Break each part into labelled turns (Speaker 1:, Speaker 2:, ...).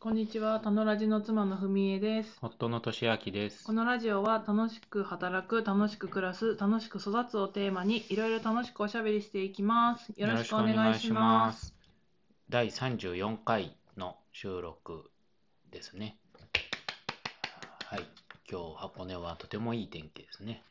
Speaker 1: こんにちは、たのラジの妻のふみえです。
Speaker 2: 夫の俊明です
Speaker 1: こ。のラジオは楽しく働く、楽しく暮らす、楽しく育つをテーマにいろいろ楽しくおしゃべりしていきます。よろしくお願いします。。
Speaker 2: 第34回の収録ですね。はい。今日、箱根はとてもいい天気ですね。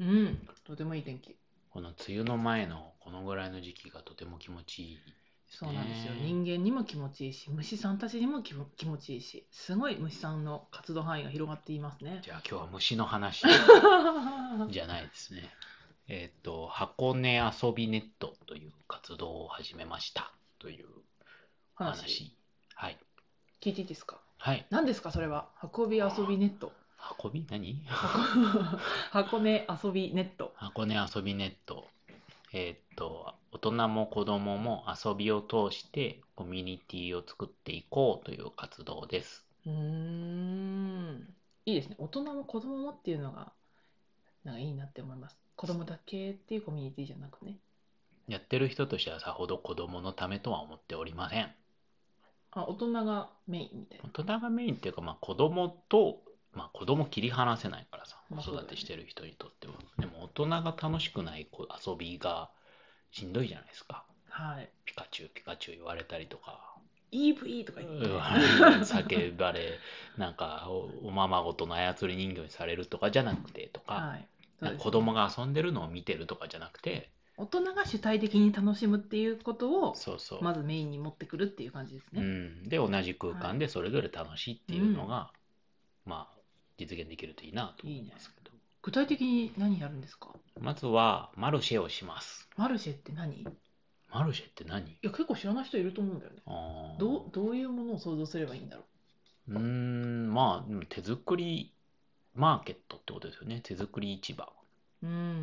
Speaker 1: うん、とてもいい天気。
Speaker 2: この梅雨の前のこのぐらいの時期がとても気持ちいい。
Speaker 1: そうなんですよ。
Speaker 2: ねえ
Speaker 1: 人間にも気持ちいいし、虫さんたちにも気も気持ちいいし、すごい虫さんの活動範囲が広がっていますね。
Speaker 2: じゃあ今日は虫の話 じゃないですね。えっと、箱根遊びネットという活動を始めましたという
Speaker 1: 話
Speaker 2: 話。はい。
Speaker 1: 聞いていいですか
Speaker 2: はい。
Speaker 1: 何ですかそれは運び遊びネッ ト
Speaker 2: 運び何
Speaker 1: 箱根遊びネット
Speaker 2: 箱根遊びネット。えーっと、大人も子供も遊びを通してコミュニティを作っていこうという活動です。
Speaker 1: うーんいいですね大人も子供もっていうのがなんかいいなって思います子供だけっていうコミュニティじゃなくね
Speaker 2: やってる人としてはさほど子供のためとは思っておりません。
Speaker 1: あ大人がメインみたいな
Speaker 2: 大人がメインっていうか、まあ子供と、まあ子供切り離せないからさ、
Speaker 1: まあ
Speaker 2: 子
Speaker 1: そうだ
Speaker 2: 育
Speaker 1: よね
Speaker 2: てしてる人にとっては。でも大人が楽しくない子遊びがしんどいじゃないですか。
Speaker 1: はい
Speaker 2: ピカチュウ、ピカチュウ言われたりとか。
Speaker 1: EV とか言って
Speaker 2: 叫ばれなんかおおままごとの操り人形にされるとかじゃなくてとか、
Speaker 1: はいそう
Speaker 2: なん
Speaker 1: で
Speaker 2: か
Speaker 1: す
Speaker 2: 子供が遊んでるのを見てるとかじゃなくて
Speaker 1: 大人が主体的に楽しむっていうことを
Speaker 2: そうそう、
Speaker 1: まずメインに持ってくるっていう感じです
Speaker 2: う
Speaker 1: ね、
Speaker 2: ん、で同じ空間でそれぞれ楽しいっていうのが、まあ実現できるといいなと思いますけど
Speaker 1: 具体的に何やるんですか
Speaker 2: まずはマルシェをします
Speaker 1: マルシェって何い
Speaker 2: マルシェって何
Speaker 1: や結構知らない人いると思うんだよね
Speaker 2: あー
Speaker 1: どうどういうものを想像すればいいんだろ
Speaker 2: うーんまあでも手作りマーケットってことですよね手作り市場
Speaker 1: ううんう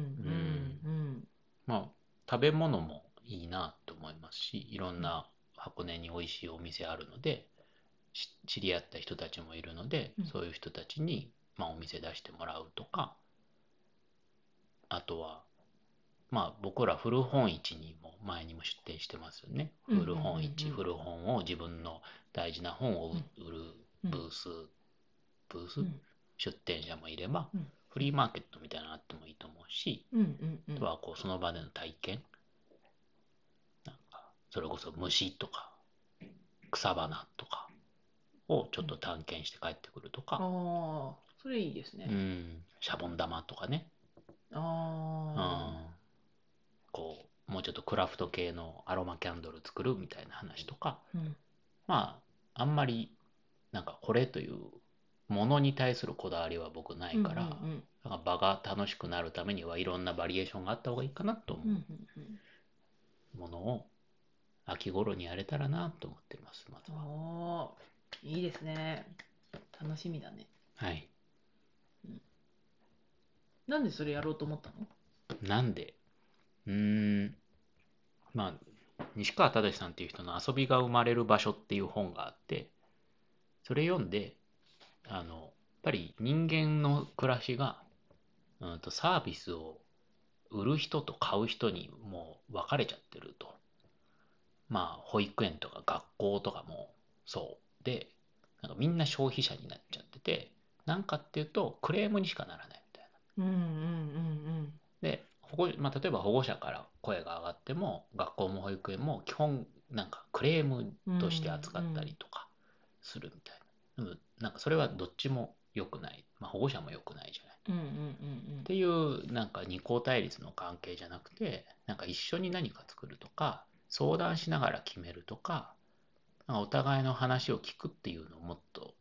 Speaker 1: ん
Speaker 2: まあ、食べ物もいいなと思いますし、いろんな箱根に美味しいお店あるので、し知り合った人たちもいるので
Speaker 1: うん、
Speaker 2: そういう人たちに、まあ、お店出してもらうとか、あとは、まあ、僕ら古本市にも前にも出店してますよね。
Speaker 1: うんうんうんう
Speaker 2: 古
Speaker 1: ん
Speaker 2: 本市、古本を自分の大事な本を売売る
Speaker 1: うん
Speaker 2: ブース、ブー
Speaker 1: う
Speaker 2: ス
Speaker 1: ん
Speaker 2: 出店者もいれば
Speaker 1: うん、
Speaker 2: フリーマーケットみたいなのあってもいいと思うし、
Speaker 1: うんうんうん
Speaker 2: あとはこうその場での体験なんかそれこそ虫とか草花とかをちょっと探検して帰ってくるとか、
Speaker 1: ああそれいいです
Speaker 2: う
Speaker 1: ね、
Speaker 2: ん、シャボン玉とかね、うん
Speaker 1: ああ、
Speaker 2: こうもうちょっとクラフト系のアロマキャンドル作るみたいな話とか
Speaker 1: うん
Speaker 2: まああんまりなんかこれというものに対するこだわりは僕ないから、
Speaker 1: うんうん
Speaker 2: なんか場が楽しくなるためにはいろんなバリエーションがあった方がいいかなと思う。
Speaker 1: うんうんうん
Speaker 2: ものを秋頃にやれたらなと思ってます、まず
Speaker 1: うん
Speaker 2: は。
Speaker 1: おーいいですね楽しみだね
Speaker 2: はい。
Speaker 1: なんでそれやろうと思ったの
Speaker 2: なんで、うーん、まあ、西川忠さんっていう人の遊びが生まれる場所っていう本があって、それ読んで、あの、やっぱり人間の暮らしが、うんと、サービスを売る人と買う人にもう分かれちゃってると。まあ、保育園とか学校とかもそうで、なんかみんな消費者になっちゃってて、なんかっていうとクレームにしかならないみたいな。
Speaker 1: うんうんうん
Speaker 2: で保護、まあ、例えば保護者から声が上がっても学校も保育園も基本なんかクレームとして扱ったりとかするみたいな、でもなんかそれはどっちも良くない、まあ、保護者も良くないじゃないっ
Speaker 1: うんうんうん
Speaker 2: ていうなんか二項対立の関係じゃなくてなんか一緒に何か作るとか相談しながら決めるとかなんかお互いの話を聞くっていうのをもっと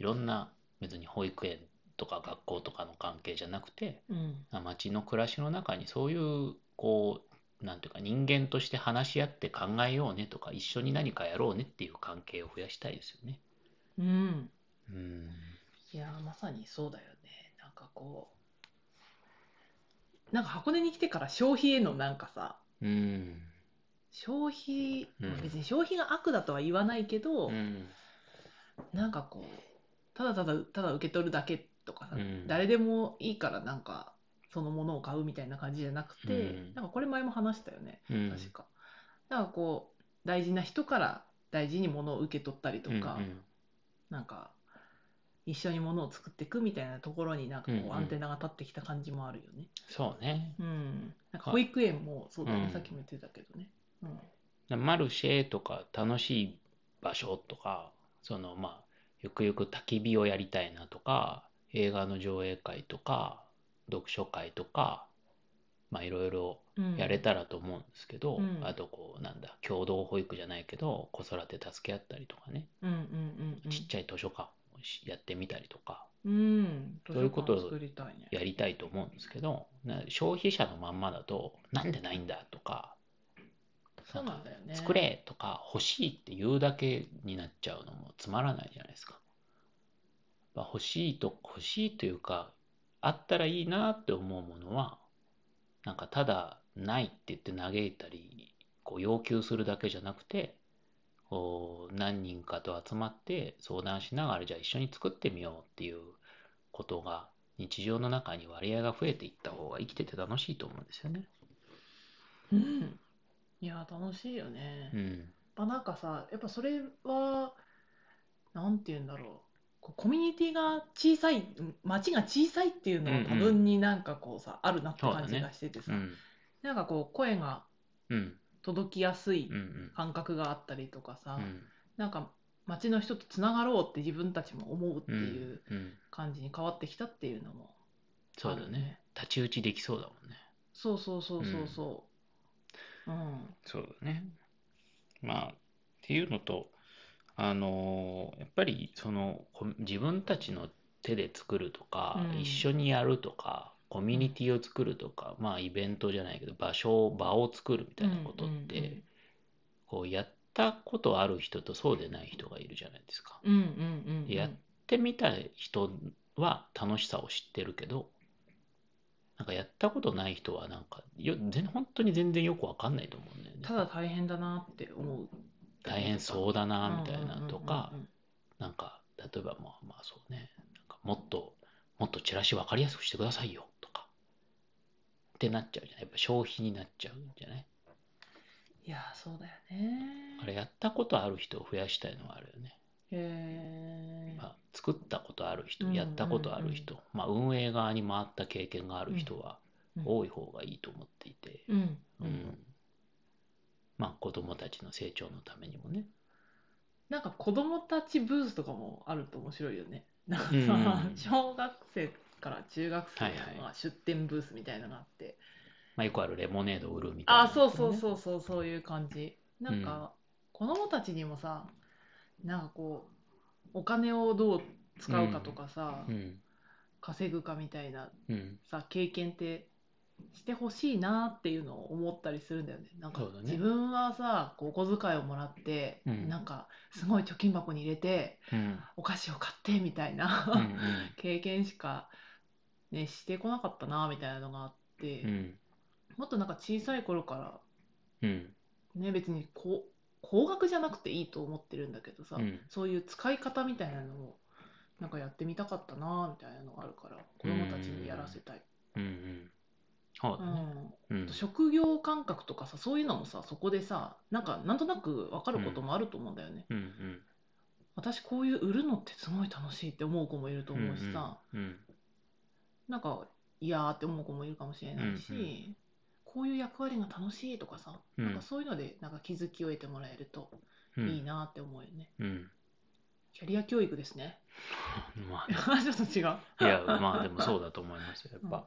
Speaker 2: いろんな別に保育園とか学校とかの関係じゃなくて
Speaker 1: うんうん
Speaker 2: まあ街の暮らしの中にそういうこうなんていうか人間として話し合って考えようねとか一緒に何かやろうねっていう関係を増やしたいですよね。
Speaker 1: うん
Speaker 2: うん
Speaker 1: いやーまさにそうだよねなんかこうなんか箱根に来てから消費へのなんかさ
Speaker 2: うん
Speaker 1: 消費、
Speaker 2: うん
Speaker 1: まあ別に消費が悪だとは言わないけど、
Speaker 2: うん
Speaker 1: なんかこうただただただ受け取るだけとかさ、
Speaker 2: うん
Speaker 1: 誰でもいいからなんかそのものを買うみたいな感じじゃなくて、
Speaker 2: うん
Speaker 1: なんかこれ前も話したよね
Speaker 2: うん
Speaker 1: 確か、なんかこう大事な人から大事に物を受け取ったりとか、
Speaker 2: うん
Speaker 1: なんか一緒にものを作っていくみたいなところになんか
Speaker 2: うんう
Speaker 1: こ
Speaker 2: ん
Speaker 1: うアンテナが立ってきた感じもあるよね。
Speaker 2: そうね。
Speaker 1: うん、なんか保育園もそうだ
Speaker 2: う
Speaker 1: ね
Speaker 2: ん、
Speaker 1: さっきも言ってたけどね。うん
Speaker 2: マルシェとか楽しい場所とか、そのまあ、ゆくゆく焚き火をやりたいなとか、映画の上映会とか、読書会とか、まあいろいろ
Speaker 1: うん
Speaker 2: やれたらと思うんですけど、
Speaker 1: うん
Speaker 2: あとこうなんだ、共同保育じゃないけど、子育て助け合ったりとかね、
Speaker 1: うんうんうんうん
Speaker 2: ちっちゃい図書館をしやってみたりとか、
Speaker 1: うん、図
Speaker 2: そういう
Speaker 1: 書
Speaker 2: こと
Speaker 1: 館
Speaker 2: を
Speaker 1: を作りたいね。
Speaker 2: やりたいと思うんですけど、な消費者のまんまだと、なんでないんだとか、
Speaker 1: そうなんだよね。
Speaker 2: 作れとか欲しいって言うだけになっちゃうのもつまらないじゃないですか。まあ欲しいと、欲しいというか、あったらいいなって思うものは、なんかただないって言って嘆いたり、こう要求するだけじゃなくて、こう何人かと集まって相談しながらじゃあ一緒に作ってみようっていうことが日常の中に割合が増えていった方が生きてて楽しいと思うんですよね。
Speaker 1: うん。いや、楽しいよね。
Speaker 2: う
Speaker 1: やっ
Speaker 2: ん。
Speaker 1: ぱなんかさ、やっぱそれは、なんて言うんだろう。こうコミュニティが小さい、うん町が小さいっていうの
Speaker 2: うんう
Speaker 1: は
Speaker 2: ん
Speaker 1: 多分になんかこうさ、あるなって
Speaker 2: そうだね
Speaker 1: 感じがしててさ
Speaker 2: う、ん。
Speaker 1: なんかこう声が
Speaker 2: うん。
Speaker 1: 届きやすい
Speaker 2: うん。うん。
Speaker 1: 感覚があったりとかさ
Speaker 2: う、ん
Speaker 1: なんか町の人とつながろうって自分たちも思うっていう
Speaker 2: うんうん、
Speaker 1: 感じに変わってきたっていうのも
Speaker 2: そ
Speaker 1: あ
Speaker 2: うだ
Speaker 1: る
Speaker 2: ね。太刀打ちできそうだもんね。
Speaker 1: そうそうそうそうそう。うん。
Speaker 2: そうだね。まあ、っていうのと、あのーやっぱりそのこ自分たちの手で作るとか、
Speaker 1: うん
Speaker 2: 一緒にやるとか、コミュニティを作るとか、まあイベントじゃないけど、場所を、場を作るみたいなことって、
Speaker 1: うんうんうん
Speaker 2: こうやったことある人とそうでない人がいるじゃないですか。
Speaker 1: うんうんうんうん。
Speaker 2: やってみた人は楽しさを知ってるけど、なんかやったことない人はなんかよ全本当に全然よくわかんないと思うんだよね。
Speaker 1: ただ大変だなって思う。
Speaker 2: 大変そうだ
Speaker 1: う
Speaker 2: なんみたいなとか、
Speaker 1: うんうんうん
Speaker 2: なんか例えばまあまあそうね、なんかもっともっとチラシわかりやすくしてくださいよとかってなっちゃうじゃない。やっぱ消費になっちゃうんじゃない。
Speaker 1: いやー、そうだよね。
Speaker 2: あれやったことある人を増やしたいのはあるよね。
Speaker 1: へー
Speaker 2: まあ、作ったことある人、
Speaker 1: うんうんうん
Speaker 2: やったことある人、まあ、運営側に回った経験がある人は
Speaker 1: うん
Speaker 2: 多い方がいいと思っていて、
Speaker 1: うん
Speaker 2: うんまあ、子供たちの成長のためにもね。
Speaker 1: なんか子供たちブースとかもあると面白いよね。なんか
Speaker 2: うん
Speaker 1: さ
Speaker 2: う、ん
Speaker 1: 小学生から中学生
Speaker 2: はいは
Speaker 1: の出店ブースみたいなのがあって、
Speaker 2: まあ、よくあるレモネードを売るみたいな、
Speaker 1: あー、そうそうそうそう、そういう感じ。なんか子供たちにもさ、なんかこう、お金をどう使うかとかさ
Speaker 2: う、ん。
Speaker 1: 稼ぐかみたいな
Speaker 2: うん。
Speaker 1: さ経験ってしてほしいなっていうのを思ったりするんだよね。なんか
Speaker 2: そうだね
Speaker 1: 自分はさこうお小遣いをもらって、
Speaker 2: うん
Speaker 1: なんかすごい貯金箱に入れて
Speaker 2: うん。
Speaker 1: お菓子を買ってみたいな、
Speaker 2: うん。
Speaker 1: 経験しか、ね、してこなかったなみたいなのがあって、
Speaker 2: うん。
Speaker 1: もっとなんか小さい頃から、
Speaker 2: うん。
Speaker 1: ね、別にこう高額じゃなくていいと思ってるんだけどさ、
Speaker 2: うん
Speaker 1: そういう使い方みたいなのをなんかやってみたかったなみたいなのがあるから子供たちにやらせたい。
Speaker 2: うん。うん。そうだ
Speaker 1: う
Speaker 2: ね。
Speaker 1: ん
Speaker 2: うん。
Speaker 1: 職業感覚とかさそういうのもさそこでさなんかなんとなく分かることもあると思うんだよね、
Speaker 2: うん。うん。
Speaker 1: 私こういう売るのってすごい楽しいって思う子もいると思うしさ、
Speaker 2: うん。
Speaker 1: なんか嫌ーって思う子もいるかもしれないし、
Speaker 2: うんうん
Speaker 1: こういう役割が楽しいとかさ、
Speaker 2: うん
Speaker 1: なんかそういうのでなんか気づきを得てもらえると
Speaker 2: うん。
Speaker 1: いいなって思うよね、
Speaker 2: うん。
Speaker 1: キャリア教育ですね
Speaker 2: まあ
Speaker 1: ちょっと違う
Speaker 2: いや、まあでもそうだと思いますよ、やっぱ。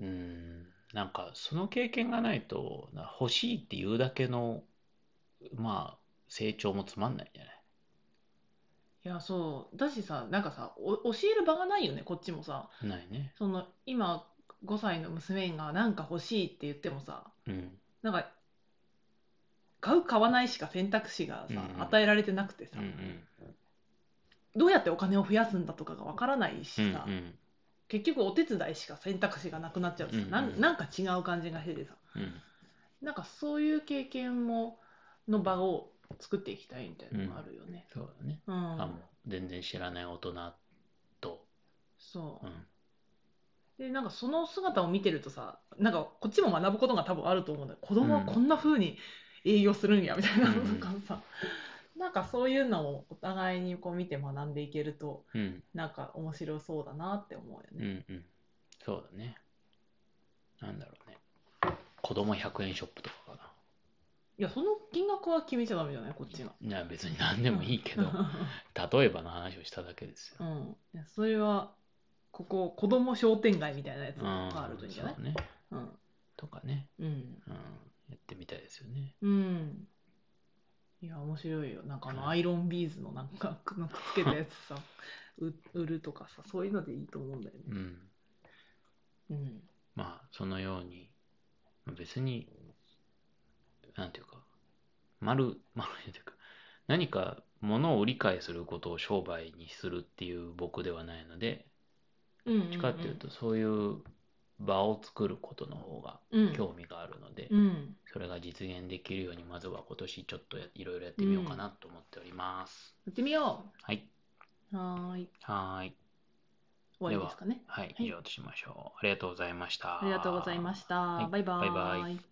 Speaker 2: うん、なんかその経験がないと、な欲しいっていうだけの、まあ、成長もつまんないじゃない。
Speaker 1: いやそうだしさなんかさお教える場がないよねこっちもさ
Speaker 2: ないね。
Speaker 1: その今5歳の娘がなんか欲しいって言ってもさ
Speaker 2: うん、
Speaker 1: なんか買う買わないしか選択肢がさ、
Speaker 2: うんうん
Speaker 1: 与えられてなくてさ、
Speaker 2: うんうん、
Speaker 1: どうやってお金を増やすんだとかがわからない
Speaker 2: うんう
Speaker 1: しさ、
Speaker 2: ん、
Speaker 1: 結局お手伝いしか選択肢がなくなっちゃうとさ、
Speaker 2: うんうん
Speaker 1: なんなんか違う感じがしててさ
Speaker 2: うん、
Speaker 1: なんかそういう経験もの場を作っていきたいみたいなのがあるよね。
Speaker 2: そうだね。
Speaker 1: うん
Speaker 2: あ、もう全然知らない大人と、、
Speaker 1: そううんでなんかその姿を見てるとさなんかこっちも学ぶことが多分あると思うんだよ子供はこんな風に営業するんやみたいなのとかさ、なんかそういうのをお互いにこう見て学んでいけると
Speaker 2: うん、
Speaker 1: なんか面白そうだなって思うよ
Speaker 2: う
Speaker 1: ね。
Speaker 2: ん、うん。そうだね。なんだろうね。子供100円ショップとかか
Speaker 1: いやその金額は決めちゃダメじゃないこっちの。
Speaker 2: な。いや、別に何でもいいけ
Speaker 1: う
Speaker 2: ど、例えばの話をしただけですよ。
Speaker 1: ん。いやそれはここ子供商店街みたいなやつがあるといいんじゃない
Speaker 2: うんそうね。
Speaker 1: うん。
Speaker 2: とかね、
Speaker 1: うん。
Speaker 2: うん、やってみたいですよね。
Speaker 1: うん。いや、面白いよ。なんかあの、アイロンビーズのなんか、くのくっつけたやつさ、う売るとかさ、そういうのでいいと思うんだよね。
Speaker 2: うん。
Speaker 1: うん。
Speaker 2: まあ、そのように、まあ別に、なんていうか、丸、 丸いというか、何か物を理解することを商売にするっていう僕ではないので、
Speaker 1: うん
Speaker 2: どっちかっていうと、そういう場を作ることの方が
Speaker 1: うん、
Speaker 2: 興味があるので、
Speaker 1: うん。
Speaker 2: それが実現できるように、まずは今年ちょっとやいろいろやってみようかなと思っております。
Speaker 1: やってみよ
Speaker 2: はい。
Speaker 1: う。はーい。
Speaker 2: はーい。
Speaker 1: 終わりですかね。
Speaker 2: はい、
Speaker 1: い
Speaker 2: 以上としましょう。ありがとうございました。
Speaker 1: ありがとうございました。
Speaker 2: はい
Speaker 1: バイバ
Speaker 2: バイバ
Speaker 1: イ。